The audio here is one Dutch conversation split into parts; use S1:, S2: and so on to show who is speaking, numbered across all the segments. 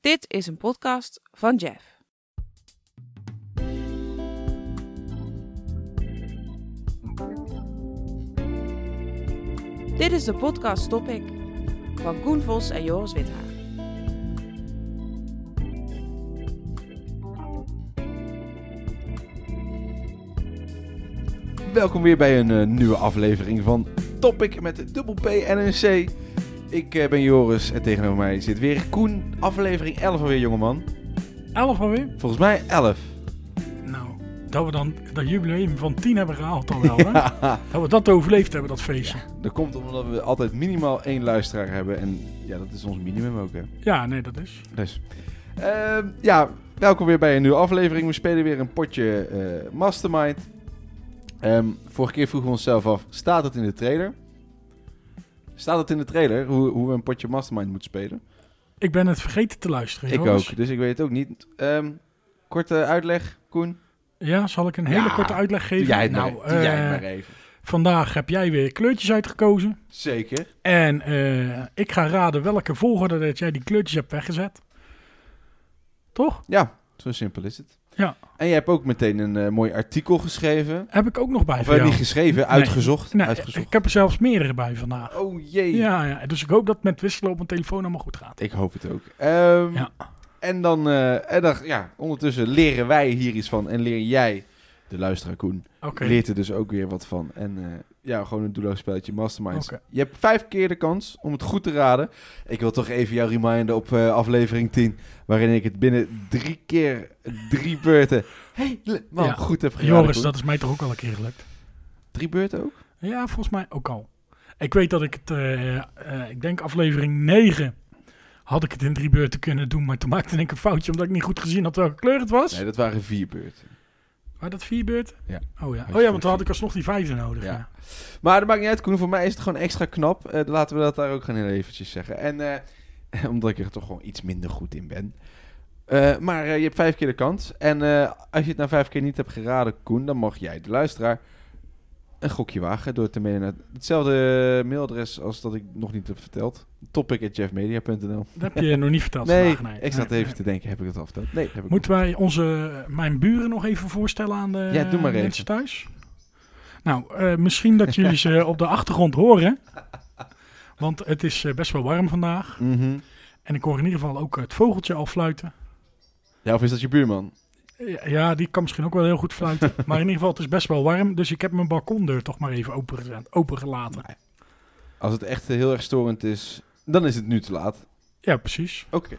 S1: Dit is een podcast van Jeff. Dit is de podcast Topic van Koen Vos en Joris Withaar.
S2: Welkom weer bij een eh, nieuwe aflevering van Topic met dubbel P en een C. Ik eh, ben Joris en tegenover mij zit weer Koen. Aflevering 11 alweer, jongeman.
S3: 11 alweer?
S2: Volgens mij 11.
S3: Nou, dat we dan dat jubileum van 10 hebben gehaald dan wel, hè? Dat we dat overleefd hebben, dat feestje. Ja,
S2: Dat komt omdat we altijd minimaal één luisteraar hebben. En ja, dat is ons minimum ook, hè.
S3: nee, dat is.
S2: Dus, ehm, ja, welkom weer bij een nieuwe aflevering. We spelen weer een potje eh, Mastermind. Ehm, vorige keer vroegen we onszelf af, staat het in de trailer? Staat het in de trailer hoe, hoe we een potje Mastermind moeten spelen?
S3: Ik ben het vergeten te luisteren,
S2: Ik
S3: Joris.
S2: ook, dus ik weet het ook niet. Ehm, korte uitleg, Koen.
S3: Ja, zal ik een hele
S2: Ja,
S3: korte
S2: Doe
S3: uitleg geven?
S2: jij het,
S3: nou,
S2: maar, doe jij het
S3: eh,
S2: maar even.
S3: vandaag heb jij weer kleurtjes uitgekozen.
S2: Zeker.
S3: En eh, ik ga raden welke volgorde dat jij die kleurtjes hebt weggezet. Toch?
S2: Ja, zo simpel is het.
S3: Ja.
S2: En jij hebt ook meteen een eh, mooi artikel geschreven.
S3: Heb ik ook nog bij
S2: Of
S3: voor
S2: eh,
S3: jou.
S2: niet geschreven, uitgezocht.
S3: Nee,
S2: uitgezocht.
S3: ik heb er zelfs meerdere bij vandaag.
S2: Oh jee.
S3: Ja, ja, dus ik hoop dat het met wisselen op mijn telefoon allemaal goed gaat.
S2: Ik hoop het ook. Ehm,
S3: Ja.
S2: En dan, eh, en dan ja, ondertussen leren wij hier iets van. En leer jij, de luisteraar Koen,
S3: Oké.
S2: leert er dus ook weer wat van. En eh, ja, gewoon een doelloos spelletje, masterminds.
S3: Oké.
S2: Je hebt vijf keer de kans om het goed te raden. Ik wil toch even jou reminden op eh, aflevering 10, waarin ik het binnen drie keer, drie beurten, helemaal
S3: Ja.
S2: goed heb geraden.
S3: Joris,
S2: Koen.
S3: dat is mij toch ook al een keer gelukt?
S2: Drie beurten ook?
S3: Ja, volgens mij ook al. Ik weet dat ik het, eh, eh, ik denk aflevering 9 had ik het in drie beurten kunnen doen, maar toen maakte ik een foutje omdat ik niet goed gezien had welke kleur het was.
S2: Nee, dat waren vier beurten.
S3: Maar dat vier beurten?
S2: Ja.
S3: Oh
S2: je
S3: ja, oh, ja
S2: goed
S3: want toen had
S2: gezien.
S3: ik alsnog die vijfde nodig.
S2: Ja.
S3: Ja.
S2: Maar dat maakt niet uit, Koen. Voor mij is het gewoon extra knap. Eh, laten we dat daar ook gaan heel eventjes zeggen. En eh, omdat ik er toch gewoon iets minder goed in ben. Eh, maar eh, je hebt vijf keer de kans. En eh, als je het na vijf keer niet hebt geraden, Koen, dan mag jij, de luisteraar, een gokje wagen door te mailen naar hetzelfde mailadres als dat ik nog niet heb verteld. Topic.jeffmedia.nl
S3: Dat heb je nog niet verteld
S2: Nee,
S3: vandaag.
S2: ik zat
S3: Nee,
S2: even
S3: nee.
S2: te denken, heb ik het al verteld? Nee, heb ik
S3: Moeten wij onze, eh, mijn buren nog even voorstellen aan de
S2: Ja, doe maar
S3: mensen
S2: even.
S3: thuis? Nou, eh, misschien dat jullie ze op de achtergrond horen. Want het is eh, best wel warm vandaag.
S2: niet. Mhm.
S3: En ik hoor in ieder geval ook het vogeltje al fluiten.
S2: Ja, of is dat je buurman?
S3: Ja, ja, die kan misschien ook wel heel goed fluiten. maar in ieder geval, het is best wel warm. Dus ik heb mijn balkondeur toch maar even open, opengelaten.
S2: Als het echt eh, heel erg storend is, dan is het nu te laat.
S3: Ja, precies.
S2: Oké.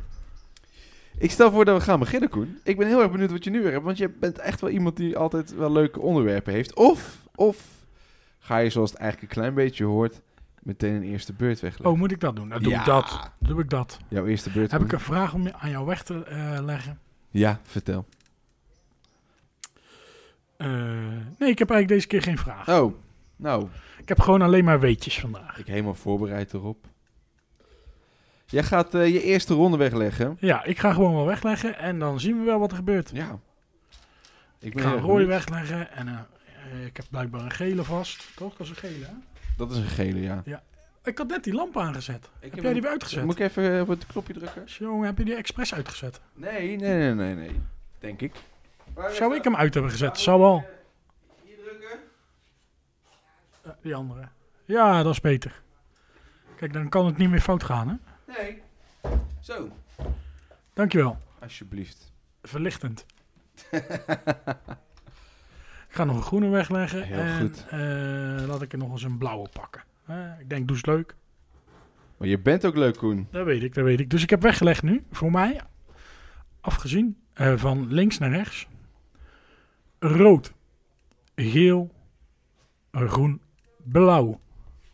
S2: Ik stel voor dat we gaan beginnen, Koen. Ik ben heel erg benieuwd wat je nu weer hebt, want je bent echt wel iemand die altijd wel leuke onderwerpen heeft. Of, of ga je zoals het eigenlijk een klein beetje hoort, meteen een eerste beurt wegleggen.
S3: Oh, moet ik dat doen? Nou, doe
S2: Ja.
S3: ik dat. Doe ik dat.
S2: Jouw eerste beurt.
S3: Heb
S2: Koen.
S3: ik een vraag om je- aan jou weg te eh, leggen?
S2: Ja, vertel.
S3: Eh, nee, ik heb eigenlijk deze keer geen vraag.
S2: Oh, nou,
S3: Ik heb gewoon alleen maar weetjes vandaag.
S2: ik helemaal voorbereid erop. Jij gaat eh, je eerste ronde wegleggen.
S3: Ja, ik ga gewoon wel wegleggen en dan zien we wel wat er gebeurt.
S2: Ja. Ik
S3: Ik
S2: ben
S3: ga
S2: heel
S3: een
S2: erg
S3: rooi
S2: benieuwd.
S3: wegleggen en eh, eh, ik heb blijkbaar een gele vast. Toch? Dat is een gele, hè?
S2: Dat is een gele, ja.
S3: Ik had net die lamp aangezet.
S2: Ik
S3: heb jij die weer uitgezet?
S2: Moet ik even eh, op het knopje drukken?
S3: Jongen, heb je die expres uitgezet?
S2: Nee, nee, nee, nee, nee. Denk ik.
S3: Zou ik hem uit hebben gezet? Zou wel.
S2: Hier drukken.
S3: Eh, die andere. Ja, dat is beter. Kijk, dan kan het niet meer fout gaan, hè?
S2: Nee. Zo.
S3: Dankjewel.
S2: Alsjeblieft.
S3: Verlichtend. ik ga nog een groene wegleggen.
S2: Heel
S3: en,
S2: goed.
S3: eh, laat ik er nog eens een blauwe pakken. Eh, ik denk, doe eens leuk.
S2: Maar je bent ook leuk, Koen.
S3: Dat weet ik, dat weet ik. Dus ik heb weggelegd nu, voor mij, afgezien, eh, van links naar rechts. Rood, geel, groen, blauw.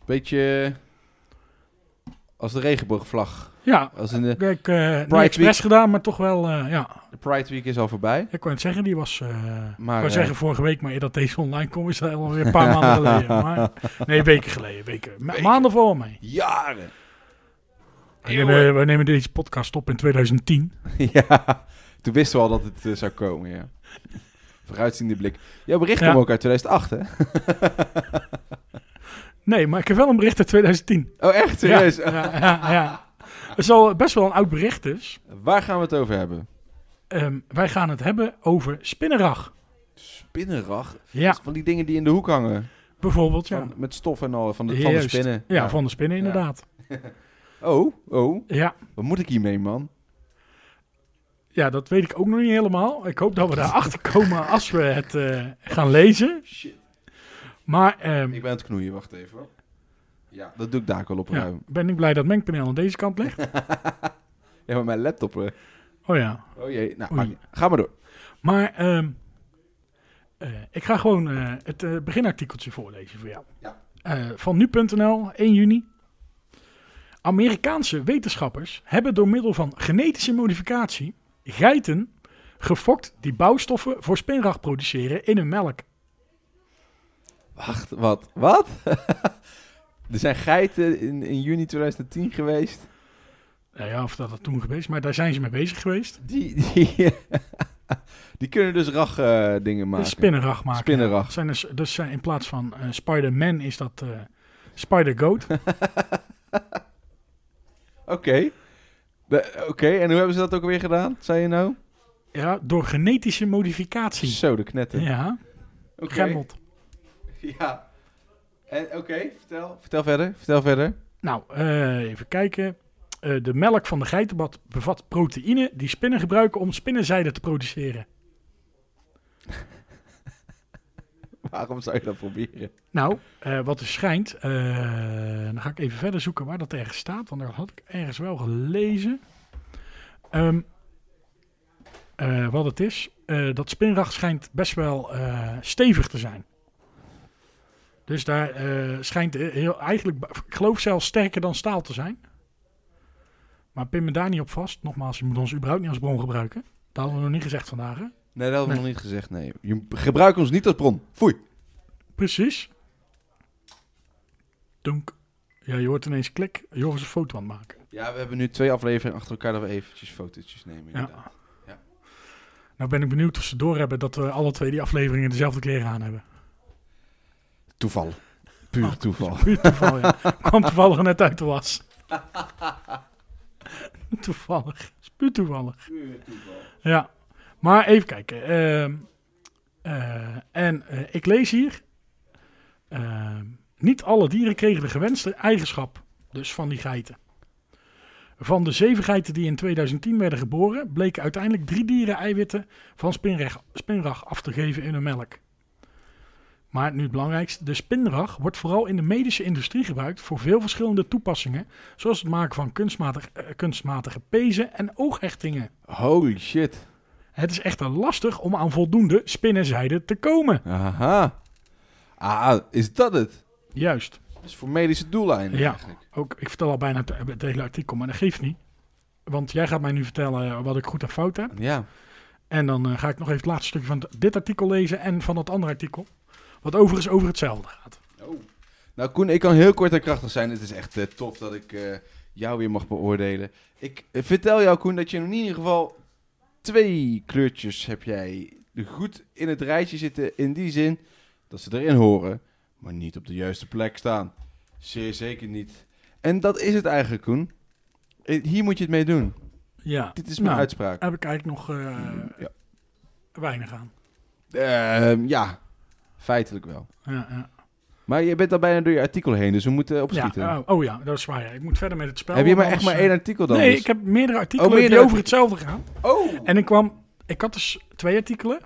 S2: Beetje eh, als de regenboogvlag.
S3: Ja,
S2: Als in de,
S3: ik heb eh, niet
S2: Pride
S3: expres gedaan, maar toch wel, eh, ja,
S2: de Pride Week is al voorbij.
S3: Ik wou het zeggen, die was. eh, ik
S2: Maar,
S3: wou
S2: eh,
S3: zeggen vorige week, maar eer dat deze online komt, is dat alweer een paar maanden geleden. Maar, nee, weken geleden. Weken, ma-
S2: Weken.
S3: Maanden voor mij.
S2: Jaren.
S3: We nemen, we nemen deze podcast op in 2010.
S2: ja. Toen wisten we al dat het eh, zou komen, ja. Vooruitziende blik. Jouw bericht kwam
S3: Ja.
S2: ook uit 2008, hè?
S3: Nee, maar ik heb wel een bericht uit 2010.
S2: Oh, echt? Serieus?
S3: Ja, ja, ja, ja. Het is al best wel een oud bericht dus.
S2: Waar gaan we het over hebben?
S3: Ehm, wij gaan het hebben over spinnerag.
S2: Spinnenrag?
S3: Ja,
S2: Van die dingen die in de hoek hangen.
S3: bijvoorbeeld ja.
S2: Van- met stof en al, van de, van de
S3: Juist.
S2: spinnen.
S3: Ja, van de spinnen
S2: Ja.
S3: inderdaad.
S2: Oh, oh,
S3: Ja.
S2: wat moet ik hiermee, man?
S3: ja, dat weet ik ook nog niet helemaal. Ik hoop dat we daarachter komen als we het eh, gaan lezen.
S2: Shit.
S3: Maar ehm,
S2: Ik ben aan het knoeien, wacht even. hoor. Ja, dat doe ik daar ook al op
S3: ja,
S2: ruim.
S3: ben ik blij dat het mengpaneel aan deze kant ligt.
S2: Ja, maar mijn laptop... eh,
S3: Oh ja.
S2: Oh jee, nou,
S3: Oei.
S2: maakt niet. ga maar door.
S3: Maar ehm, eh, ik ga gewoon eh, het eh, beginartikeltje voorlezen voor jou.
S2: Ja.
S3: Eh, van nu.nl, 1 juni. Amerikaanse wetenschappers hebben door middel van genetische modificatie geiten gefokt die bouwstoffen voor spinrag produceren in hun melk.
S2: Wacht, wat? Wat? er zijn geiten in, in juni 2010 geweest.
S3: Nou ja, of dat dat toen geweest, maar daar zijn ze mee bezig geweest.
S2: Die, die, die kunnen dus rag eh, dingen
S3: De
S2: maken.
S3: spinnenrag maken.
S2: Spinnenrag.
S3: Zijn dus, dus zijn in plaats van eh, Spider-Man is dat eh, Spider-Goat.
S2: Oké. De- Oké, en hoe hebben ze dat ook weer gedaan, zei je nou?
S3: ja, door genetische modificatie.
S2: Zo, de knetten.
S3: Ja,
S2: Oké.
S3: gemmeld.
S2: Ja. En Oké, vertel. Vertel verder, vertel verder.
S3: Nou, eh, even kijken. Eh, de melk van de geitenbad bevat proteïne die spinnen gebruiken om spinnenzijde te produceren.
S2: Waarom zou je dat proberen?
S3: Nou, eh, wat er schijnt, eh, dan ga ik even verder zoeken waar dat ergens staat, want dat had ik ergens wel gelezen. Ehm, eh, wat het is, eh, dat spinrag schijnt best wel eh, stevig te zijn. Dus daar eh, schijnt eh, heel, eigenlijk, ba- ik geloof zelfs sterker dan staal te zijn. Maar pin me daar niet op vast. Nogmaals, je moet ons überhaupt niet als bron gebruiken. Dat hadden we nog niet gezegd vandaag. Hè?
S2: Nee, dat hebben we
S3: Nee.
S2: nog niet gezegd, nee. Je gebruik ons niet als bron. Foei.
S3: Precies. Donk. Ja, je hoort ineens klik. Joris een foto aan het maken.
S2: Ja, we hebben nu twee afleveringen achter elkaar dat we eventjes fotootjes nemen. inderdaad.
S3: Ja. Nou ben ik benieuwd of ze doorhebben dat we alle twee die afleveringen dezelfde kleren aan hebben.
S2: Toeval. Puur
S3: Oh.
S2: toeval.
S3: Puur toeval, ja. Kwam toevallig net uit de was. toevallig. Is puur toevallig. Ja. Maar even kijken. Ehm, eh, en eh, ik lees hier. ehm, niet alle dieren kregen de gewenste eigenschap. Dus van die geiten. Van de zeven geiten die in 2010 werden geboren, bleken uiteindelijk drie dieren eiwitten van spinrag, spinrag af te geven in hun melk. Maar nu het belangrijkste, de spinrag wordt vooral in de medische industrie gebruikt voor veel verschillende toepassingen, zoals het maken van kunstmatig, eh, kunstmatige pezen en ooghechtingen.
S2: Holy shit.
S3: Het is echter lastig om aan voldoende spinnenzijde te komen.
S2: Aha. Ah, is dat het?
S3: Juist.
S2: Dat is voor medische doeleinden
S3: Ja.
S2: eigenlijk.
S3: Ook, ik vertel al bijna het, het hele artikel, maar dat geeft niet. Want jij gaat mij nu vertellen eh, wat ik goed en fout heb.
S2: Ja.
S3: En dan eh, ga ik nog even het laatste stukje van d- dit artikel lezen en van dat andere artikel. Wat overigens over hetzelfde gaat.
S2: Nou Koen, ik kan heel kort en krachtig zijn. Het is echt eh, tof dat ik eh, jou weer mag beoordelen. Ik eh, vertel jou Koen dat je in ieder geval twee kleurtjes heb jij goed in het rijtje zitten. In die zin dat ze erin horen, maar niet op de juiste plek staan. Zeer zeker niet. En dat is het eigenlijk Koen. Eh, Hier moet je het mee doen.
S3: Ja.
S2: Dit is mijn
S3: Nou,
S2: uitspraak.
S3: Daar heb ik eigenlijk nog eh,
S2: Ja.
S3: weinig aan.
S2: Ehm, ja, feitelijk wel.
S3: Ja, ja.
S2: Maar je bent al bijna door je artikel heen, dus we moeten
S3: Ja,
S2: opschieten.
S3: oh, oh ja, dat is waar. ja. Ik moet verder met het spel.
S2: heb je maar
S3: want
S2: echt maar
S3: anders,
S2: één artikel
S3: eh,
S2: dan?
S3: Nee,
S2: dus?
S3: ik heb meerdere artikelen
S2: meerdere
S3: die over
S2: artikelen.
S3: hetzelfde gaan.
S2: Oh!
S3: En ik kwam... Ik had dus twee artikelen.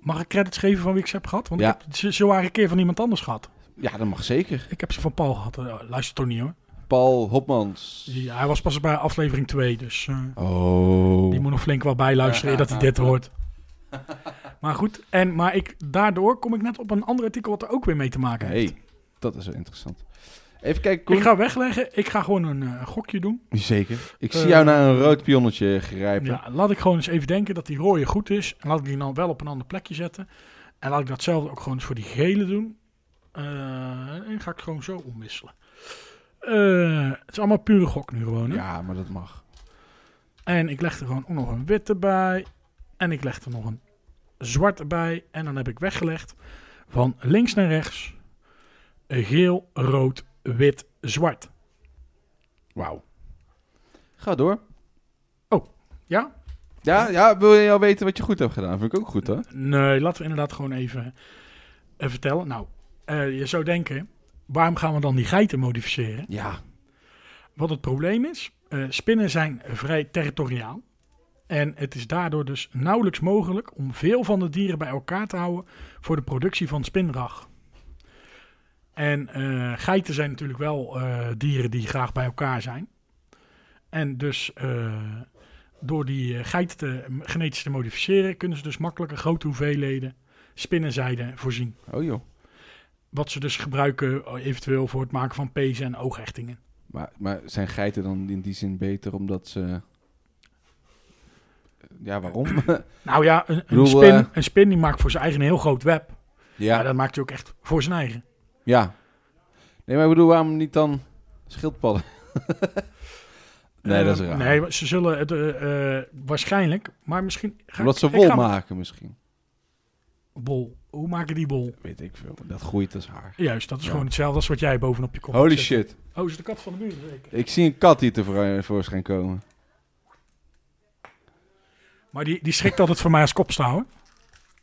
S3: Mag ik credits geven van wie ik ze heb gehad? Want
S2: Ja.
S3: ik heb ze zo een keer van iemand anders gehad.
S2: Ja, dat mag zeker.
S3: Ik heb ze van Paul gehad. Eh, luister toch niet hoor.
S2: Paul Hopmans.
S3: Ja, hij was pas bij aflevering 2, dus... eh,
S2: Oh.
S3: Die moet nog flink wel bijluisteren eer dat hij dit hoort. Maar goed, en, maar ik, daardoor kom ik net op een ander artikel wat er ook weer mee te maken heeft.
S2: hey, dat is wel interessant. Even kijken, Koen.
S3: Ik ga wegleggen. Ik ga gewoon een eh, gokje doen.
S2: Zeker. Ik zie
S3: Eh,
S2: jou naar een rood pionnetje grijpen.
S3: Ja, laat ik gewoon eens even denken dat die rode goed is. En laat ik die dan wel op een ander plekje zetten. En laat ik datzelfde ook gewoon eens voor die gele doen. Eh, en ga ik gewoon zo omwisselen. Eh, het is allemaal pure gok nu gewoon. Hè?
S2: Ja, maar dat mag.
S3: En ik leg er gewoon ook nog een witte bij. En ik leg er nog een zwarte bij. En dan heb ik weggelegd van links naar rechts. Geel, rood, wit, zwart.
S2: Wauw. Ga door.
S3: Oh, ja?
S2: Ja, ja, wil je al weten wat je goed hebt gedaan? Vind ik ook goed, hoor.
S3: Nee, laten we inderdaad gewoon even eh, vertellen. Nou, eh, je zou denken, waarom gaan we dan die geiten modificeren?
S2: Ja.
S3: Wat het probleem is, eh, spinnen zijn vrij territoriaal. En het is daardoor dus nauwelijks mogelijk om veel van de dieren bij elkaar te houden voor de productie van spinrag. En eh, geiten zijn natuurlijk wel eh, dieren die graag bij elkaar zijn. En dus eh, door die eh, geiten te, m- genetisch te modificeren, kunnen ze dus makkelijker grote hoeveelheden spinnenzijde voorzien.
S2: Oh, joh.
S3: Wat ze dus gebruiken eh, eventueel voor het maken van pezen en oogechtingen.
S2: Maar, maar zijn geiten dan in die zin beter omdat ze... Ja, waarom?
S3: Nou ja, een, een,
S2: bedoel,
S3: spin,
S2: eh,
S3: een spin die maakt voor zijn eigen een heel groot web. Maar
S2: ja.
S3: dat maakt hij ook echt voor zijn eigen.
S2: Ja. Nee, maar ik bedoel, waarom niet dan schildpadden? Ehm, nee, dat is
S3: Eh,
S2: raar.
S3: Nee, ze zullen het eh, eh, waarschijnlijk, maar misschien... Ga
S2: omdat
S3: ik-
S2: ze
S3: ik
S2: wol
S3: ga-
S2: maken misschien.
S3: Bol. Hoe maken die bol?
S2: Weet ik veel. maar Dat groeit als haar.
S3: Juist, dat is
S2: Ja.
S3: gewoon hetzelfde als wat jij bovenop je kop
S2: Holy
S3: hebt
S2: shit.
S3: zitten. Oh, is het de kat van de muur zeker?
S2: Ik zie een kat hier tevoor- tevoorschijn komen.
S3: Maar die, die schrikt altijd voor mij als kopstaal, hoor.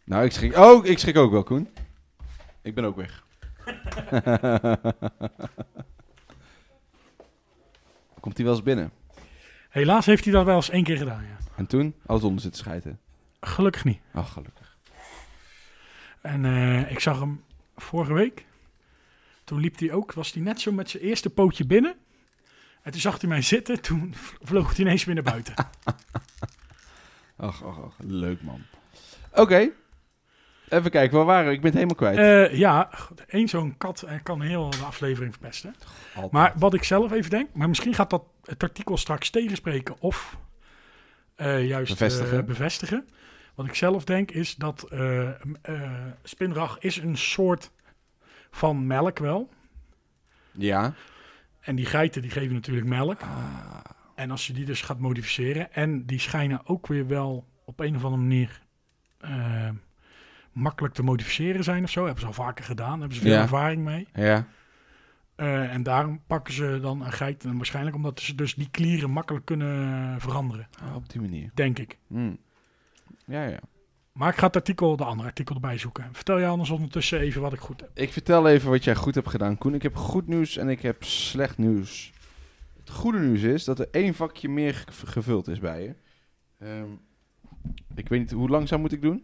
S2: Nou, ik schrik, oh, ik schrik ook wel, Koen. Ik ben ook weg. Komt hij wel eens binnen?
S3: Helaas heeft hij dat wel eens één keer gedaan, ja.
S2: En toen? Alles onder zit scheiden.
S3: Gelukkig niet.
S2: Ach, gelukkig.
S3: En eh, ik zag hem vorige week. Toen liep hij ook, was hij net zo met zijn eerste pootje binnen. En toen zag hij mij zitten, toen vloog hij ineens weer naar buiten.
S2: Ach, ach, ach. Leuk, man. Oké. Even kijken, waar waren we? Ik ben het helemaal kwijt.
S3: Eh, ja, één zo'n kat eh, kan heel de aflevering verpesten.
S2: Altijd.
S3: Maar wat ik zelf even denk, maar misschien gaat dat het artikel straks tegenspreken of eh, juist eh,
S2: Bevestigen.
S3: bevestigen. Wat ik zelf denk is dat eh, m- eh, spinrag is een soort van melk wel.
S2: Ja.
S3: En die geiten die geven natuurlijk melk.
S2: Ah,
S3: En als je die dus gaat modificeren en die schijnen ook weer wel op een of andere manier eh, makkelijk te modificeren zijn of zo. Hebben ze al vaker gedaan, hebben ze veel
S2: Ja.
S3: ervaring mee.
S2: ja.
S3: Eh, en daarom pakken ze dan een geit. En waarschijnlijk omdat ze dus die klieren makkelijk kunnen veranderen,
S2: Ah, op die manier.
S3: denk ik.
S2: Hm. Ja, ja.
S3: Maar ik ga het artikel, de andere artikel erbij zoeken. Vertel jij anders ondertussen even wat ik goed heb.
S2: Ik vertel even wat jij goed hebt gedaan, Koen. Ik heb goed nieuws en ik heb slecht nieuws. Het goede nieuws is dat er één vakje meer ge- gevuld is bij je. Ehm, ik weet niet, hoe langzaam moet ik doen?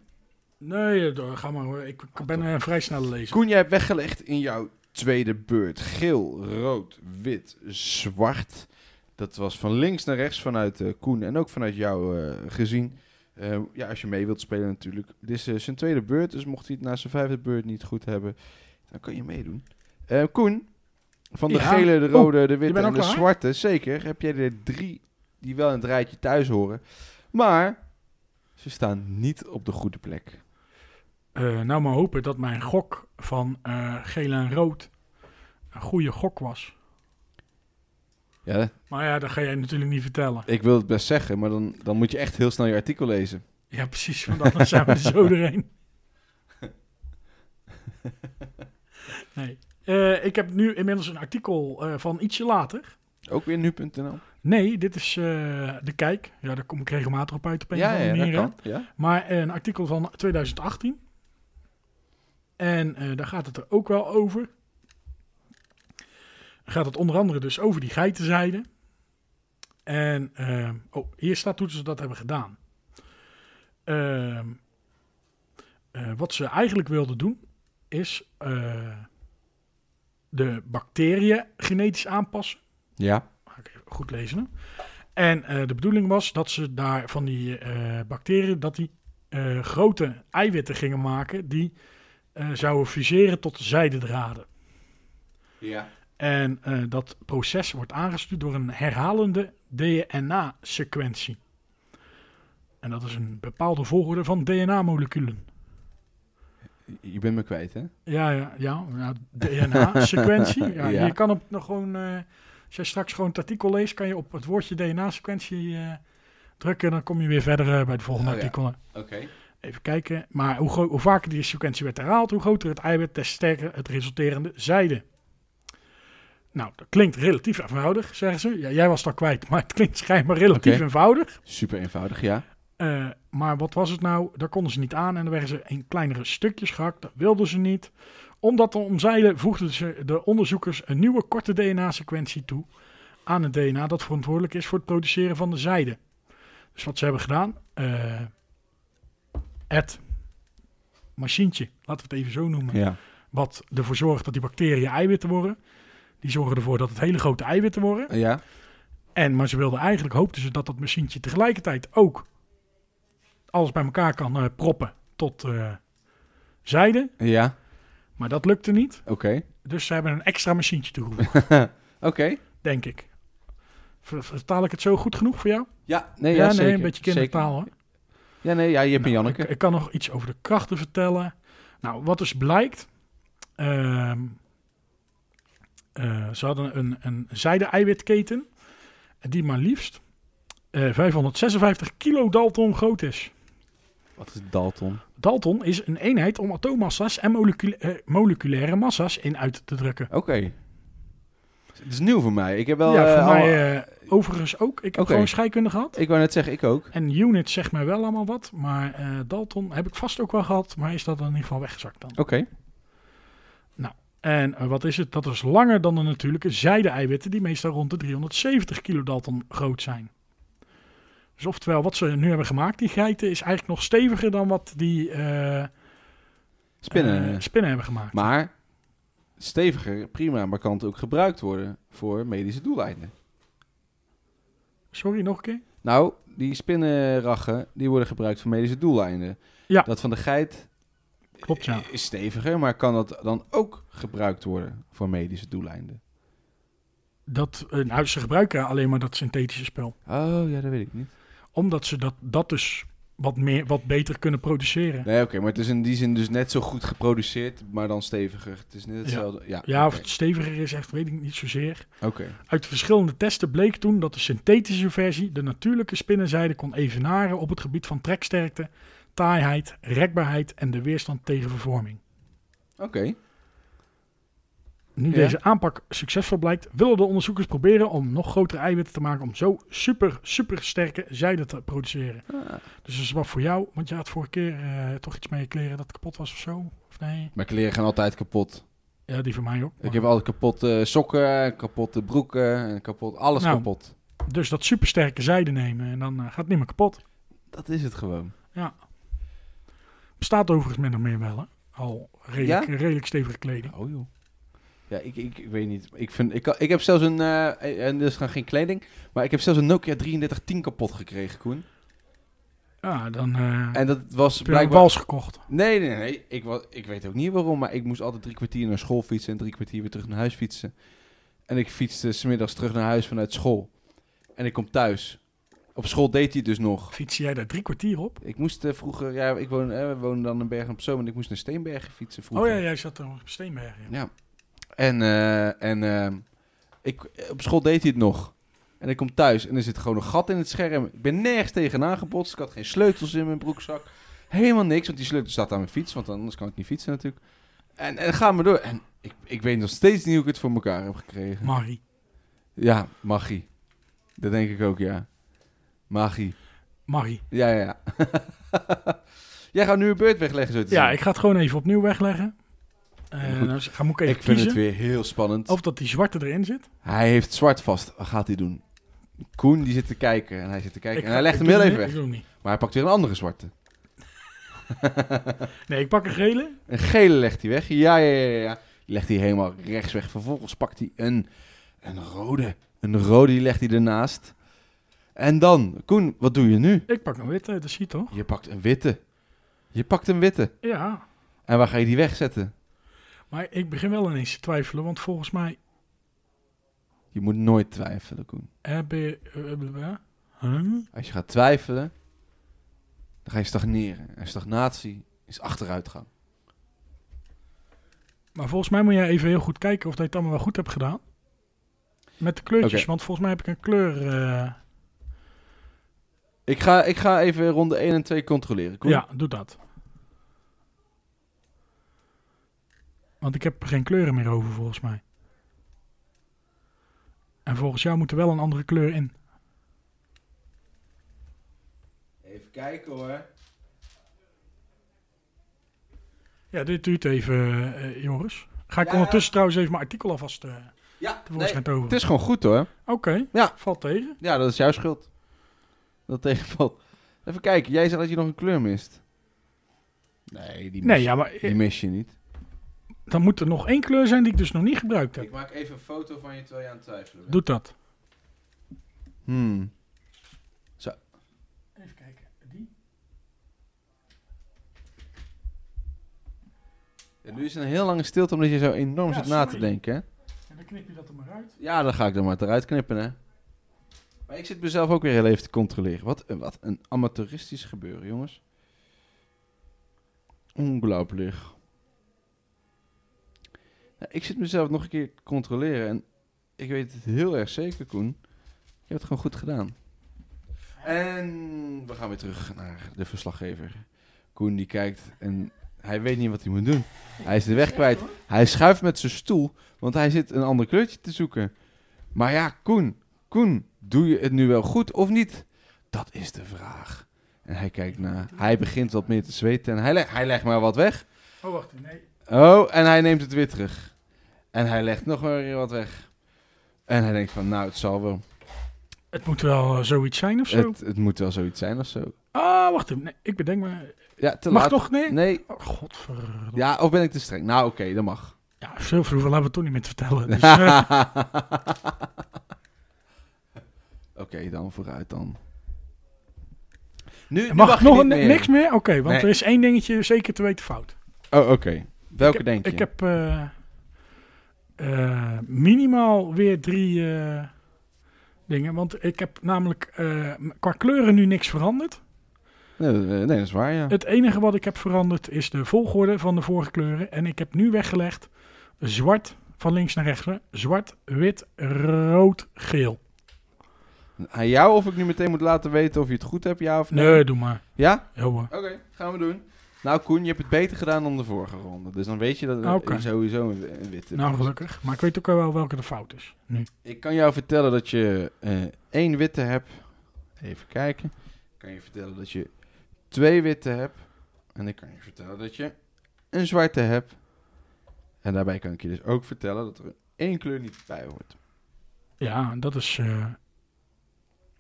S3: Nee, eh, door, ga maar hoor. Ik, ik ben een vrij snelle lezer.
S2: Koen, jij hebt weggelegd in jouw tweede beurt. Geel, rood, wit, zwart. Dat was van links naar rechts vanuit eh, Koen en ook vanuit jou eh, gezien. Eh, ja, als je mee wilt spelen natuurlijk. Dit is eh, zijn tweede beurt, dus mocht hij het na zijn vijfde beurt niet goed hebben, dan kan je meedoen. Eh, Koen, van de
S3: Ja.
S2: gele, de
S3: Oeh,
S2: rode, de witte
S3: bent
S2: en
S3: ook
S2: de
S3: klaar?
S2: zwarte, zeker, heb jij er drie die wel in het rijtje thuis horen. Maar ze staan niet op de goede plek.
S3: Eh, nou maar hopen dat mijn gok van eh, geel en rood een goede gok was.
S2: Ja,
S3: Maar ja, dat ga jij natuurlijk niet vertellen.
S2: Ik wil het best zeggen, maar dan, dan moet je echt heel snel je artikel lezen.
S3: Ja, precies, want anders zijn we er zo doorheen. Nee. Eh, ik heb nu inmiddels een artikel eh, van ietsje later.
S2: Ook weer nu.nl.
S3: Nee, dit is eh, De Kijk. Ja, daar kom ik regelmatig op uit op een
S2: Ja,
S3: of andere
S2: ja, dat
S3: manier. hè.
S2: kan. Ja.
S3: Maar eh, een artikel van 2018. En eh, daar gaat het er ook wel over. Gaat het onder andere dus over die geitenzijde. En eh, oh, hier staat hoe ze dat hebben gedaan. Ehm, eh, wat ze eigenlijk wilden doen is eh, de bacteriën genetisch aanpassen.
S2: ja.
S3: Ga ik even goed lezen. hè. En eh, de bedoeling was dat ze daar van die eh, bacteriën, dat die eh, grote eiwitten gingen maken die eh, zouden fuseren tot zijdedraden.
S2: Ja.
S3: En eh, dat proces wordt aangestuurd door een herhalende DNA-sequentie. En dat is een bepaalde volgorde van DNA-moleculen.
S2: Je bent me kwijt, hè?
S3: Ja, ja, ja, ja DNA-sequentie. Ja,
S2: Ja.
S3: Je kan op nog gewoon, eh, als je straks gewoon het artikel leest, kan je op het woordje DNA-sequentie eh, drukken. Dan kom je weer verder eh, bij de volgende
S2: Oh, ja.
S3: artikelen.
S2: Oké.
S3: Even kijken. Maar hoe, gro- hoe vaker die sequentie werd herhaald, hoe groter het eiwit, des sterker het resulterende zijde. Nou, dat klinkt relatief eenvoudig, zeggen ze. Ja, jij was het al kwijt, maar het klinkt schijnbaar relatief
S2: Oké.
S3: eenvoudig.
S2: Super eenvoudig, ja.
S3: Eh, maar wat was het nou? Daar konden ze niet aan en dan werden ze in kleinere stukjes gehakt. Dat wilden ze niet. Om dat te omzeilen voegden ze de onderzoekers een nieuwe korte DNA-sequentie toe aan het DNA dat verantwoordelijk is voor het produceren van de zijde. Dus wat ze hebben gedaan, eh, het machientje, laten we het even zo noemen,
S2: ja.
S3: wat ervoor zorgt dat die bacteriën eiwitten worden. Die zorgen ervoor dat het hele grote eiwitten worden.
S2: Ja,
S3: En, maar ze wilden eigenlijk, hoopten ze dat dat machientje tegelijkertijd ook alles bij elkaar kan eh, proppen tot eh, zijde.
S2: ja.
S3: Maar dat lukte niet.
S2: oké.
S3: Dus ze hebben een extra machientje toegevoegd,
S2: Oké.
S3: denk ik. Ver- Vertaal ik het zo goed genoeg voor jou?
S2: Ja, nee, ja,
S3: nee,
S2: zeker.
S3: een beetje
S2: zeker.
S3: kindertaal hoor.
S2: Ja, nee, ja, je hebt een
S3: Nou,
S2: Janneke.
S3: Ik, ik kan nog iets over de krachten vertellen. Nou, wat dus blijkt. ehm, eh, ze hadden een, een zijde-eiwitketen. Die maar liefst eh, 556 kilo Dalton groot is.
S2: Wat is Dalton?
S3: Dalton is een eenheid om atoommassa's en molecul- eh, moleculaire massa's in uit te drukken.
S2: Oké. Het is nieuw voor mij. Ik heb wel...
S3: ja, voor
S2: eh, al-
S3: mij eh, overigens ook. Ik heb
S2: Oké.
S3: gewoon scheikunde gehad.
S2: Ik wou net zeggen, ik ook.
S3: En unit zegt mij wel allemaal wat, maar eh, Dalton heb ik vast ook wel gehad, maar is dat dan in ieder geval weggezakt dan.
S2: Oké.
S3: En eh, wat is het? Dat is langer dan de natuurlijke zijde-eiwitten, die meestal rond de 370 kilodalton groot zijn. Dus oftewel, wat ze nu hebben gemaakt, die geiten, is eigenlijk nog steviger dan wat die eh,
S2: Spinnen.
S3: eh, spinnen hebben gemaakt.
S2: maar steviger, prima, maar kan het ook gebruikt worden voor medische doeleinden.
S3: Sorry, nog een keer?
S2: Nou, die spinnenraggen, die worden gebruikt voor medische doeleinden.
S3: Ja.
S2: Dat van de geit
S3: Klopt, ja.
S2: is steviger, maar kan dat dan ook gebruikt worden voor medische doeleinden?
S3: Dat, eh, nou, ze gebruiken alleen maar dat synthetische spul.
S2: Oh, ja, dat weet ik niet.
S3: Omdat ze dat, dat dus wat, meer, wat beter kunnen produceren.
S2: Nee, oké, maar het is in die zin dus net zo goed geproduceerd, maar dan steviger. Het is net hetzelfde. Ja,
S3: Ja, of
S2: oké.
S3: het steviger is, echt weet ik niet zozeer.
S2: Oké,
S3: Uit verschillende testen bleek toen dat de synthetische versie de natuurlijke spinnenzijde kon evenaren op het gebied van treksterkte, taaiheid, rekbaarheid en de weerstand tegen vervorming.
S2: oké.
S3: Nu
S2: Ja.
S3: deze aanpak succesvol blijkt, willen de onderzoekers proberen om nog grotere eiwitten te maken om zo super, super sterke zijde te produceren.
S2: Ah.
S3: Dus dat is wat voor jou, want je had vorige keer eh, toch iets met je kleren dat kapot was of zo? Of nee?
S2: Mijn kleren gaan altijd kapot.
S3: Ja, die van mij ook. maar-
S2: Ik heb altijd kapotte sokken, kapotte broeken, en kapot, alles
S3: Nou.
S2: kapot.
S3: Dus dat supersterke zijde nemen en dan eh, gaat het niet meer kapot.
S2: Dat is het gewoon.
S3: Bestaat overigens met nog meer wel, hè? Al redelijk, redelijk stevige kleding.
S2: Oh joh. Ja, ik, ik, ik weet niet. Ik, vind, ik, kan- ik heb zelfs een, eh, en dus gaan geen kleding, maar ik heb zelfs een Nokia 3310 kapot gekregen, Koen.
S3: Ja, dan eh
S2: En dat was
S3: heb je een
S2: blijkbaar...
S3: wals gekocht.
S2: Nee, nee, nee. Ik, was, ik weet ook niet waarom, maar ik moest altijd drie kwartier naar school fietsen en drie kwartier weer terug naar huis fietsen. En ik fietste smiddags terug naar huis vanuit school. En ik kom thuis. Op school deed hij het dus nog.
S3: Fiets jij daar drie kwartier op?
S2: Ik moest eh, vroeger, ja, ik woon, eh, we woonden dan in Bergen op Zoom en ik moest naar Steenbergen fietsen
S3: Oh
S2: vroeger.
S3: ja, jij zat er op Steenberg. Ja.
S2: Ja. En, eh, en eh, ik, op school deed hij het nog. En ik kom thuis en er zit gewoon een gat in het scherm. Ik ben nergens tegenaan gebotst. Ik had geen sleutels in mijn broekzak. Helemaal niks, want die sleutel staat aan mijn fiets. Want anders kan ik niet fietsen natuurlijk. En, en ga maar door. En ik, ik weet nog steeds niet hoe ik het voor elkaar heb gekregen.
S3: Marie.
S2: Ja, magie. Dat denk ik ook, ja. Magie.
S3: Marie.
S2: Ja, ja, ja. Jij gaat nu een beurt wegleggen, zo te
S3: Ja,
S2: zeggen.
S3: ik ga het gewoon even opnieuw wegleggen. Eh
S2: Goed.
S3: dan ga, moet ik even
S2: ik vind
S3: kiezen
S2: het weer heel spannend.
S3: of dat die zwarte erin zit.
S2: Hij heeft zwart vast. Wat gaat hij doen? Koen die zit te kijken en hij zit te kijken.
S3: Ik
S2: en
S3: ga-
S2: hij legt
S3: ik
S2: eh, hem
S3: doe
S2: heel even
S3: hem niet,
S2: weg.
S3: Ik doe hem niet.
S2: Maar hij pakt weer een andere zwarte.
S3: Nee, ik pak een gele.
S2: Een gele legt hij weg. Ja, ja, ja, ja. Die legt hij helemaal rechts weg. Vervolgens pakt hij een, een rode. Een rode die legt hij ernaast. En dan, Koen, wat doe je nu?
S3: Ik pak een witte, dat ziet toch?
S2: Je pakt een witte. Je pakt een witte.
S3: Ja.
S2: En waar ga je die wegzetten?
S3: Maar ik begin wel ineens te twijfelen, want volgens mij
S2: Je moet nooit twijfelen, Koen.
S3: heb je... eh, eh, huh?
S2: Als je gaat twijfelen, dan ga je stagneren. En stagnatie is achteruitgang.
S3: Maar volgens mij moet jij even heel goed kijken of dat je het allemaal wel goed hebt gedaan. Met de kleurtjes,
S2: Oké.
S3: want volgens mij heb ik een kleur. eh,
S2: Ik ga, ik ga even ronde 1 en 2 controleren. Koen.
S3: ja, doe dat. Want ik heb er geen kleuren meer over volgens mij. En volgens jou moet er wel een andere kleur in.
S2: Even kijken hoor.
S3: Ja, dit duurt even, eh, eh, Joris. Ga ik
S2: Ja.
S3: ondertussen trouwens even mijn artikel alvast eh
S2: Ja, nee.
S3: tevoorschijn toveren.
S2: Het is gewoon goed hoor.
S3: Oké,
S2: Ja.
S3: valt tegen.
S2: Ja, dat is jouw schuld. Dat tegenvalt. Even kijken, jij zei dat je nog een kleur mist. Nee, die mis,
S3: Nee, ja, maar
S2: die
S3: eh,
S2: mis je niet.
S3: dan moet er nog één kleur zijn die ik dus nog niet gebruikt heb.
S2: maak even een foto van je terwijl je aan het twijfelen
S3: Doet dat.
S2: Hmm.
S3: Even kijken. Die?
S2: En nu is het een heel lange stilte omdat je zo enorm
S3: Ja,
S2: zit na te
S3: sorry.
S2: denken. hè?
S3: En dan knip je dat er maar uit.
S2: Ja, dan ga ik er maar eruit knippen, hè. Maar ik zit mezelf ook weer heel even te controleren. Wat, een- wat een amateuristisch gebeuren, jongens. Ongelooflijk. Ja, ik zit mezelf nog een keer te controleren. En ik weet het heel erg zeker, Koen. Je hebt het gewoon goed gedaan. En we gaan weer terug naar de verslaggever. Koen die kijkt en hij weet niet wat hij moet doen. Hij is de weg kwijt. Hij schuift met zijn stoel, want hij zit een ander kleurtje te zoeken. Maar ja, Koen, Koen, doe je het nu wel goed of niet? Dat is de vraag. En hij kijkt naar. Hij begint wat meer te zweten en hij, le- hij legt maar wat weg.
S3: Oh, wacht. Nee.
S2: Oh, en hij neemt het weer terug. En hij legt nog maar weer wat weg. En hij denkt van, nou, het zal wel.
S3: Het moet wel eh, zoiets zijn of zo.
S2: Het, het moet wel zoiets zijn of zo.
S3: Ah, wacht even. Nee, ik bedenk me.
S2: Ja, te
S3: Mag
S2: laat.
S3: toch? Nee?
S2: Nee.
S3: Oh, godverdomme. Ja,
S2: Ja, of ben ik te streng? Nou, oké, dat mag.
S3: veel vroeger laten we het toch niet meer te vertellen. Dus, eh,
S2: Oké, dan vooruit dan. Nu, nu
S3: mag
S2: je
S3: nog
S2: niet
S3: een,
S2: meer.
S3: niks meer? Oké, want
S2: Nee.
S3: er is één dingetje zeker te weten fout.
S2: Oh, oké. Welke
S3: ik,
S2: denk je?
S3: Ik heb eh, eh, minimaal weer drie eh, dingen. Want ik heb namelijk eh, m- qua kleuren nu niks veranderd.
S2: Nee, dat- eh, nee, dat is waar, ja.
S3: Het enige wat ik heb veranderd is de volgorde van de vorige kleuren. En ik heb nu weggelegd zwart van links naar rechts. hè. Zwart, wit, rood, geel.
S2: Aan jou of ik nu meteen moet laten weten of je het goed hebt, ja of nee?
S3: Nee, doe maar.
S2: Ja?
S3: Ja hoor.
S2: Oké, gaan we doen. Nou, Koen, je hebt het beter gedaan dan de vorige ronde. Dus dan weet je dat eh,
S3: Nou, Oké.
S2: je sowieso een, een witte
S3: Nou,
S2: hebt.
S3: gelukkig. Maar ik weet ook wel welke de fout is. Nu.
S2: Ik kan jou vertellen dat je eh, één witte hebt. Even kijken. Ik kan je vertellen dat je twee witte hebt. En ik kan je vertellen dat je een zwarte hebt. En daarbij kan ik je dus ook vertellen dat er één kleur niet bij hoort.
S3: Ja, dat is... eh,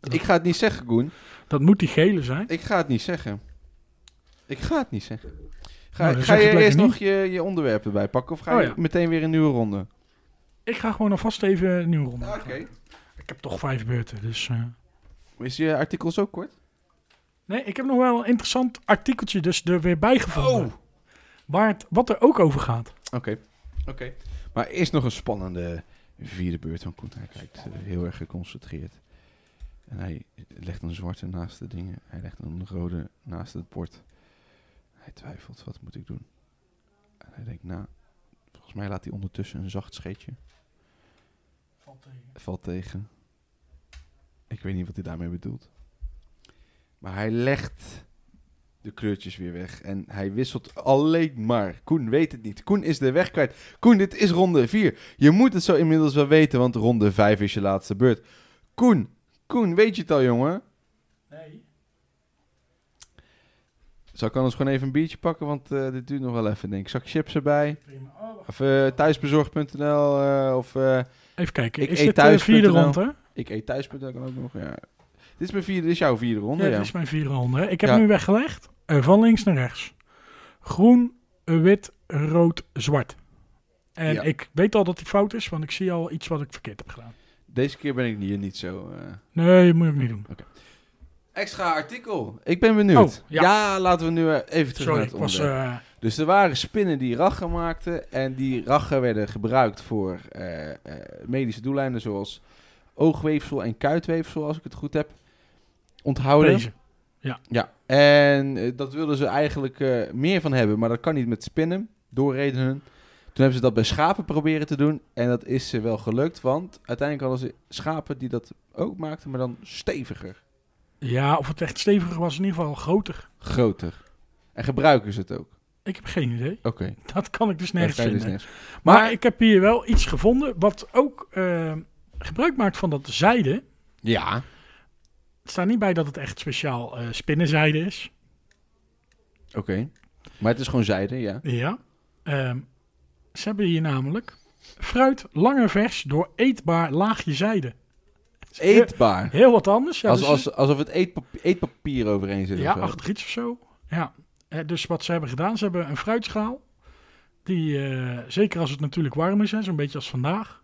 S2: Ik ga het niet zeggen, Koen.
S3: dat moet die gele zijn.
S2: Ik ga het niet zeggen. Ik ga het niet zeggen. Ga,
S3: Nou, dan
S2: ga
S3: zeg
S2: je
S3: het lekker
S2: eerst
S3: niet.
S2: nog je, je onderwerp erbij pakken? Of ga
S3: Oh,
S2: je
S3: ja.
S2: meteen weer een nieuwe ronde?
S3: Ik ga gewoon alvast even een nieuwe ronde.
S2: Oké.
S3: Ik heb toch vijf beurten, dus... eh,
S2: Is je artikel zo kort?
S3: Nee, ik heb nog wel een interessant artikeltje dus er weer bij gevonden.
S2: Oh!
S3: Waar het, wat er ook over gaat.
S2: Oké. Oké. Maar eerst nog een spannende vierde beurt van Koen. Hij kijkt eh, heel erg geconcentreerd. En hij legt een zwarte naast de dingen. Hij legt een rode naast het bord. Hij twijfelt, wat moet ik doen? En hij denkt, nou, volgens mij laat hij ondertussen een zacht scheetje. Valt tegen. Ik weet niet wat hij daarmee bedoelt. Maar hij legt de kleurtjes weer weg. En hij wisselt alleen maar. Koen weet het niet. Koen is de weg kwijt. Koen, dit is ronde 4. Je moet het zo inmiddels wel weten, want ronde 5 is je laatste beurt. Koen, Koen, weet je het al, jongen?
S3: Nee.
S2: Zal ik anders gewoon even een biertje pakken, want eh, dit duurt nog wel even, denk ik. Zak chips erbij.
S3: Oh,
S2: Of eh, thuisbezorgd.nl eh, of... eh,
S3: Even kijken,
S2: Ik
S3: is
S2: eet
S3: dit de
S2: thuis
S3: vierde
S2: punt N L.
S3: ronde?
S2: ik eet thuis.nl kan ook nog, ja. Dit is, mijn vierde, dit is jouw vierde ronde,
S3: Ja,
S2: ja.
S3: dit is mijn vierde ronde. hè. Ik heb
S2: Ja.
S3: nu weggelegd eh, van links naar rechts. Groen, eh, wit, rood, zwart. En
S2: Ja.
S3: ik weet al dat die fout is, want ik zie al iets wat ik verkeerd heb gedaan.
S2: Deze keer ben ik hier niet zo... eh,
S3: Nee, moet ik niet doen.
S2: Extra artikel. Ik ben benieuwd.
S3: Oh,
S2: ja.
S3: ja.
S2: laten we nu eh, even terug
S3: Sorry,
S2: naar
S3: ik
S2: het
S3: was...
S2: onderwerp.
S3: eh,
S2: Dus er waren spinnen die raggen maakten. En die raggen werden gebruikt voor eh, eh, medische doeleinden zoals oogweefsel en kuitweefsel, als ik het goed heb. Onthouden.
S3: deze.
S2: Ja, en eh, dat wilden ze eigenlijk eh, meer van hebben, maar dat kan niet met spinnen, door redenen. Toen hebben ze dat bij schapen proberen te doen en dat is ze wel gelukt, want uiteindelijk hadden ze schapen die dat ook maakten, maar dan steviger.
S3: Ja, of het echt steviger was, in ieder geval groter.
S2: groter. En gebruiken ze het ook.
S3: Ik heb geen idee.
S2: Oké.
S3: Dat kan ik dus
S2: dat
S3: nergens
S2: kan je dus
S3: vinden.
S2: nergens.
S3: Maar,
S2: Maar-
S3: ik heb hier wel iets gevonden wat ook eh, gebruik maakt van dat zijde,
S2: Ja.
S3: het staat niet bij dat het echt speciaal eh, spinnenzijde is.
S2: Oké. Maar het is gewoon zijde, ja.
S3: Ja. Ehm, ze hebben hier namelijk fruit langer vers door eetbaar laagje zijde.
S2: Eetbaar.
S3: Heel wat anders. Ja,
S2: als,
S3: dus-
S2: als, alsof het eetpapier, eetpapier overheen zit.
S3: ja
S2: of zo.
S3: achter iets of zo. Ja. Eh, dus wat ze hebben gedaan, ze hebben een fruitschaal. Die, eh, zeker als het natuurlijk warm is, hè, zo'n beetje als vandaag.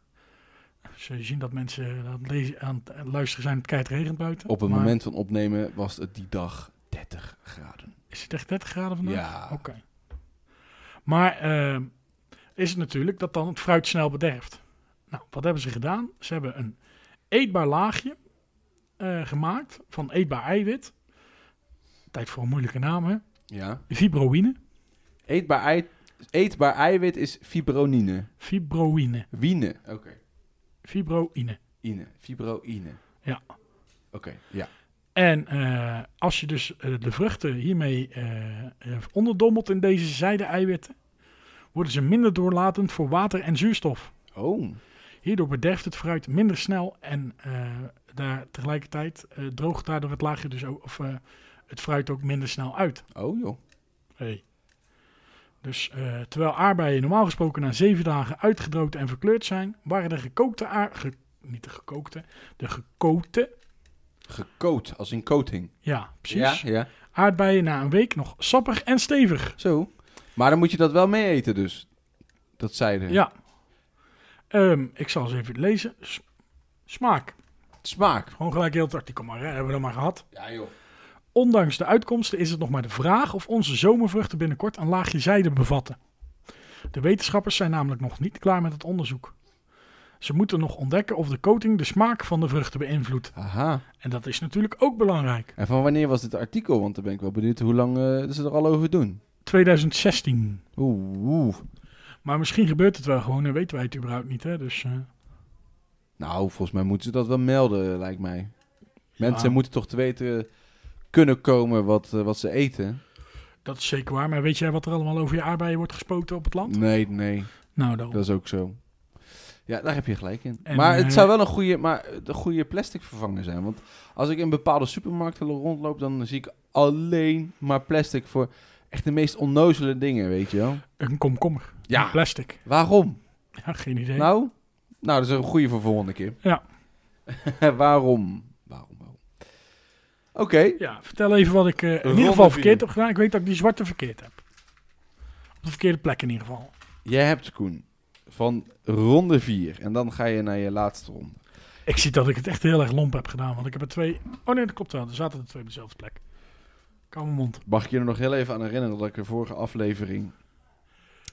S3: Ze zien dat mensen aan het, lezen- aan het luisteren zijn, het keihard regent buiten.
S2: Op het
S3: Maar
S2: moment van opnemen was het die dag 30 graden.
S3: Is het echt 30 graden vandaag?
S2: Ja.
S3: Oké. Maar ehm, is het natuurlijk dat dan het fruit snel bederft. Nou, wat hebben ze gedaan? Ze hebben een eetbaar laagje eh, gemaakt van eetbaar eiwit. Tijd voor een moeilijke naam, hè?
S2: Ja.
S3: Fibroïne.
S2: Eetbaar, ei, eetbaar eiwit is fibronine.
S3: Fibroïne.
S2: Wiene. Oké.
S3: Fibroïne.
S2: Ine. Fibroïne.
S3: Ja.
S2: Oké, ja.
S3: En eh, als je dus eh, de vruchten hiermee eh, eh, onderdommelt in deze zijde-eiwitten, worden ze minder doorlatend voor water en zuurstof.
S2: Oh.
S3: Hierdoor bederft het fruit minder snel en eh, daar tegelijkertijd eh, droogt daardoor het laagje dus ook, of, eh, het fruit ook minder snel uit.
S2: Oh joh.
S3: Dus eh, terwijl aardbeien normaal gesproken na zeven dagen uitgedroogd en verkleurd zijn, waren de gekookte aardbeien, niet de gekookte, de gekookte,
S2: Gekoot, als in coating.
S3: ja
S2: Ja,
S3: precies,
S2: ja.
S3: aardbeien na een week nog sappig en stevig.
S2: Zo. Maar dan moet je dat wel mee eten dus. Dat zeiden.
S3: Ja. Ehm, ik zal eens even lezen. S- smaak.
S2: Smaak.
S3: Gewoon gelijk heel het artikel, maar hè, hebben we dat maar gehad.
S2: Ja joh.
S3: Ondanks de uitkomsten is het nog maar de vraag of onze zomervruchten binnenkort een laagje zijde bevatten. De wetenschappers zijn namelijk nog niet klaar met het onderzoek. Ze moeten nog ontdekken of de coating de smaak van de vruchten beïnvloedt.
S2: Aha.
S3: En dat is natuurlijk ook belangrijk.
S2: En van wanneer was dit artikel? Want dan ben ik wel benieuwd hoe lang eh, ze er al over doen.
S3: 2016.
S2: Oeh, oeh.
S3: Maar misschien gebeurt het wel gewoon en weten wij het überhaupt niet. Hè? Dus, eh,
S2: Nou, volgens mij moeten ze dat wel melden, lijkt mij. Mensen
S3: Ja.
S2: moeten toch te weten kunnen komen wat, eh, wat ze eten.
S3: dat is zeker waar. Maar weet jij wat er allemaal over je aardbeien wordt gespoten op het land?
S2: Nee, nee.
S3: Nou, daarom.
S2: Dat is ook zo. Ja, daar heb je gelijk in.
S3: En,
S2: maar
S3: eh,
S2: het zou wel een goede, maar een goede plastic vervanger zijn. Want als ik in bepaalde supermarkten rondloop, dan zie ik alleen maar plastic voor echt de meest onnozele dingen, weet je wel.
S3: Een komkommer.
S2: Ja.
S3: Plastic.
S2: Waarom?
S3: Ja, geen idee.
S2: Nou, nou, dat is een goede voor volgende keer.
S3: Ja.
S2: Waarom? Waarom? Waarom? Oké.
S3: Ja, vertel even wat ik eh, in
S2: ronde
S3: ieder geval
S2: vier.
S3: verkeerd heb gedaan. Ik weet dat ik die zwarte verkeerd heb. Op de verkeerde plek in ieder geval.
S2: Jij hebt, Koen, van ronde 4 en dan ga je naar je laatste ronde.
S3: Ik zie dat ik het echt heel erg lomp heb gedaan, want ik heb er twee... Oh nee, dat klopt wel. Er zaten er twee op dezelfde plek. Ik hou mijn mond.
S2: Mag ik je er nog heel even aan herinneren dat ik de vorige aflevering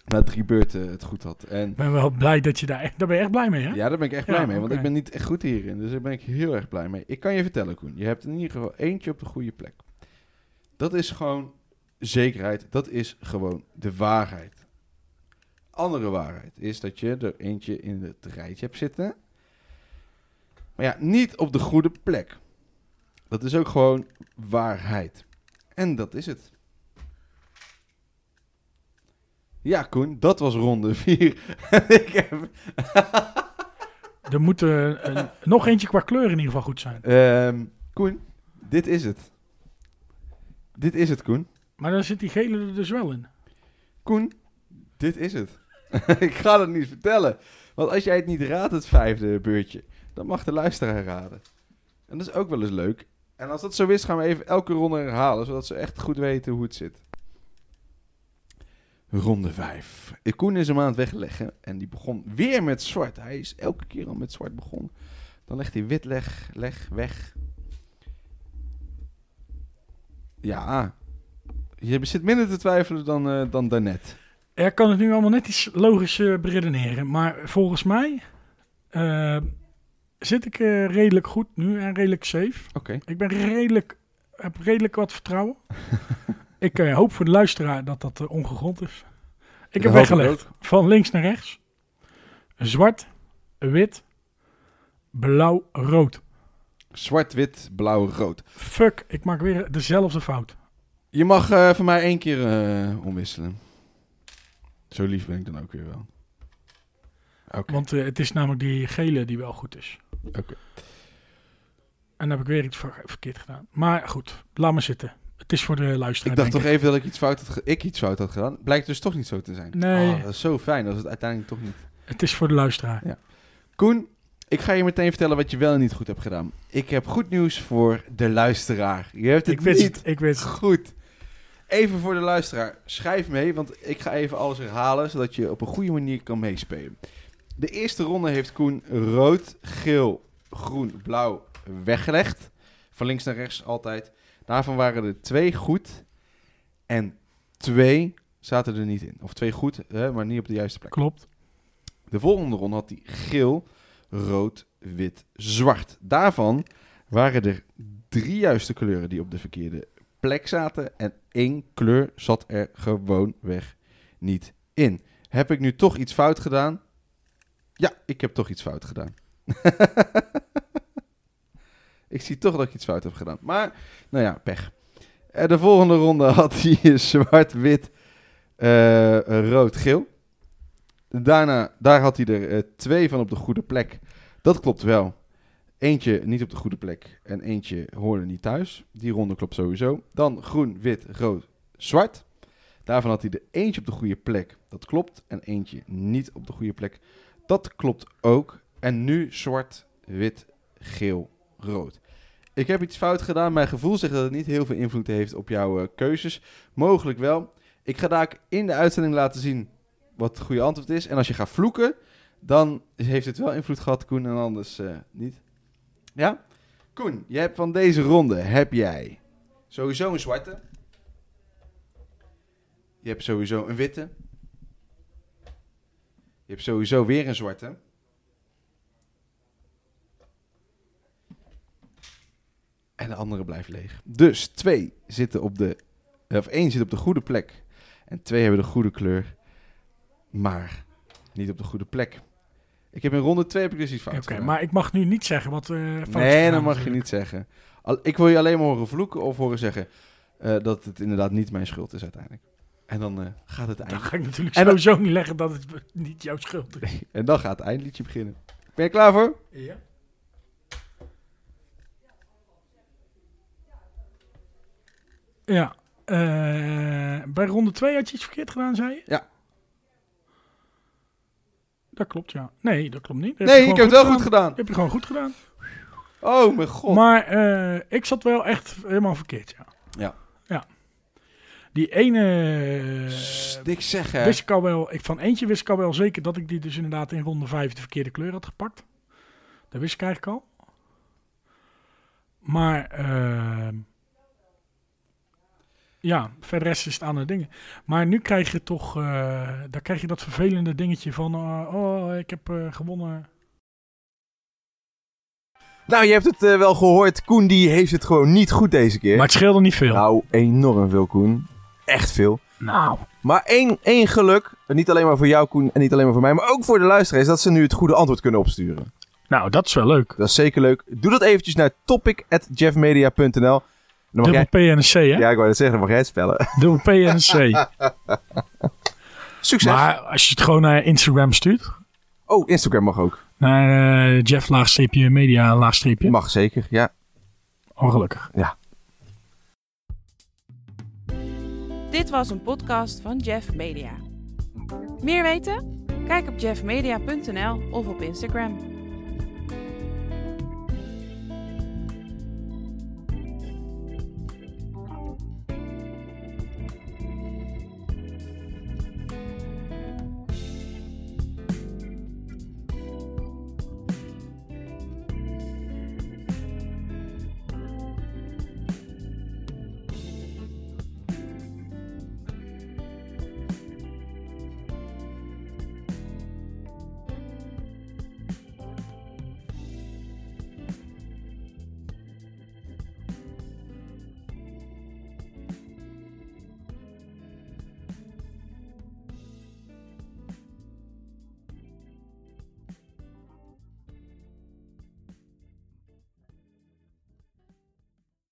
S2: na drie beurten het goed had. En
S3: Ik ben wel blij dat je daar... echt- Daar ben je echt blij mee, hè?
S2: ja, daar ben ik echt
S3: Ja,
S2: blij mee, want
S3: oké.
S2: ik ben niet echt goed hierin. Dus daar ben ik heel erg blij mee. Ik kan je vertellen, Koen, je hebt in ieder geval eentje op de goede plek. Dat is gewoon zekerheid. Dat is gewoon de waarheid. Andere waarheid is dat je er eentje in het rijtje hebt zitten. Maar ja, niet op de goede plek. Dat is ook gewoon waarheid. En dat is het. Ja, Koen, dat was ronde 4. ik heb
S3: Er moet eh, een- nog eentje qua kleur in ieder geval goed zijn.
S2: Ehm, Koen, dit is het. Dit is het, Koen.
S3: Maar daar zit die gele er dus wel in.
S2: Koen, dit is het. ik ga het niet vertellen. Want als jij het niet raadt, het vijfde beurtje, dan mag de luisteraar raden. En dat is ook wel eens leuk. En als dat zo is, gaan we even elke ronde herhalen, zodat ze echt goed weten hoe het zit. Ronde 5. Koen is een maand wegleggen en die begon weer met zwart. Hij is elke keer al met zwart begonnen. Dan legt hij wit leg, leg, weg. Ja, je zit minder te twijfelen dan, eh dan daarnet.
S3: Ja, ik kan het nu allemaal net iets logisch eh, beredeneren. Maar volgens mij eh, zit ik eh, redelijk goed nu en redelijk safe.
S2: Oké.
S3: Ik ben redelijk, heb redelijk wat vertrouwen. ik eh, hoop voor de luisteraar dat dat eh, ongegrond is. Ik heb
S2: hoop ik
S3: weggelegd van links naar rechts. Zwart, wit, blauw, rood.
S2: Zwart, wit, blauw, rood.
S3: Fuck, ik maak weer dezelfde fout.
S2: Je mag eh voor mij één keer eh, omwisselen. Zo lief ben ik dan ook weer wel. Oké.
S3: Want eh, het is namelijk die gele die wel goed is.
S2: Oké.
S3: En dan heb ik weer iets ver- verkeerd gedaan. Maar goed, laat maar zitten. Het is voor de luisteraar.
S2: Ik dacht
S3: denk
S2: toch even dat ik iets fout had, ge- ik iets fout had gedaan. Blijkt dus toch niet zo te zijn.
S3: Nee.
S2: Ah, dat is zo fijn als het uiteindelijk toch niet.
S3: Het is voor de luisteraar.
S2: Koen, ik ga je meteen vertellen wat je wel en niet goed hebt gedaan. Ik heb goed nieuws voor de luisteraar. Je hebt het
S3: Ik weet
S2: niet
S3: het. Ik weet het.
S2: goed. Even voor de luisteraar, schrijf mee, want ik ga even alles herhalen, zodat je op een goede manier kan meespelen. De eerste ronde heeft Koen rood, geel, groen, blauw weggelegd. Van links naar rechts altijd. Daarvan waren er twee goed en twee zaten er niet in. Of twee goed, hè, maar niet op de juiste plek.
S3: Klopt.
S2: De volgende ronde had hij geel, rood, wit, zwart. Daarvan waren er drie juiste kleuren die op de verkeerde plek zaten. En één kleur zat er gewoonweg niet in. Heb ik nu toch iets fout gedaan? Ja, ik heb toch iets fout gedaan. ik zie toch dat ik iets fout heb gedaan. Maar, nou ja, pech. Eh, De volgende ronde had hij zwart, wit, eh, rood, geel. Daarna, daar had hij er eh, twee van op de goede plek. Dat klopt wel. Eentje niet op de goede plek en eentje hoorde niet thuis. Die ronde klopt sowieso. Dan groen, wit, rood, zwart. Daarvan had hij er eentje op de goede plek. Dat klopt. En eentje niet op de goede plek. Dat klopt ook. En nu zwart, wit, geel, rood. Ik heb iets fout gedaan. Mijn gevoel zegt dat het niet heel veel invloed heeft op jouw eh, keuzes. Mogelijk wel. Ik ga daar in de uitzending laten zien wat het goede antwoord is. En als je gaat vloeken, dan heeft het wel invloed gehad, Koen, en anders eh, niet. Ja? Koen, je hebt van deze ronde heb jij sowieso een zwarte. Je hebt sowieso een witte. Je hebt sowieso weer een zwarte. En de andere blijft leeg. Dus twee zitten op de. Of één zit op de goede plek. En twee hebben de goede kleur maar niet op de goede plek. Ik heb in ronde 2 heb ik dus iets fout
S3: Oké,
S2: gedaan.
S3: maar ik mag nu niet zeggen wat eh fout is
S2: nee,
S3: gedaan
S2: dat mag je
S3: natuurlijk.
S2: niet zeggen. Al, ik wil je alleen maar horen vloeken of horen zeggen eh, dat het inderdaad niet mijn schuld is uiteindelijk. En dan eh, gaat het
S3: Dan
S2: eind.
S3: ga ik natuurlijk
S2: En dat-
S3: sowieso niet leggen dat het niet jouw schuld is.
S2: En dan gaat het eindliedje beginnen. Ben je klaar voor?
S3: Ja. Ja. eh, bij ronde 2 had je iets verkeerd gedaan, zei je?
S2: Ja.
S3: Dat klopt, ja. Nee, dat klopt niet. Dat
S2: nee,
S3: je
S2: ik
S3: gewoon
S2: heb het wel goed gedaan.
S3: Dat heb je gewoon goed gedaan.
S2: Oh mijn god.
S3: Maar eh, ik zat wel echt helemaal verkeerd, ja.
S2: Ja.
S3: Ja. Die ene... eh,
S2: Sst, ik zeg hè.
S3: Wist ik al wel, ik, van eentje wist ik al wel zeker dat ik die dus inderdaad in ronde 5 de verkeerde kleur had gepakt. Dat wist ik eigenlijk al. Maar, ehm, ja, verder rest is het aan de dingen. Maar nu krijg je toch, eh, dan krijg je dat vervelende dingetje van, eh, oh, ik heb eh, gewonnen.
S4: Nou, je hebt het eh, wel gehoord. Koen die heeft het gewoon niet goed deze keer.
S3: Maar het scheelde niet veel.
S4: Nou, enorm veel, Koen. Echt veel.
S3: Nou,
S4: Maar één, één geluk, niet alleen maar voor jou, Koen, en niet alleen maar voor mij, maar ook voor de luisteraars, dat ze nu het goede antwoord kunnen opsturen.
S3: nou, dat is wel leuk.
S4: Dat is zeker leuk. Doe dat eventjes naar topic.jeffmedia.nl. Dan mag
S3: Dubbel
S4: jij...
S3: PNC, hè?
S4: Ja, ik wou dat zeggen, dan mag jij het spellen.
S3: Dubbel PNC.
S4: Succes!
S3: maar als je het gewoon naar Instagram stuurt,
S4: Oh, Instagram mag ook.
S3: naar eh, Jeff laagstreepje media laagstreepje.
S4: Mag zeker, ja.
S3: Oh, gelukkig.
S1: Dit was een podcast van Jeff Media. Meer weten? Kijk op jeffmedia.nl of op Instagram.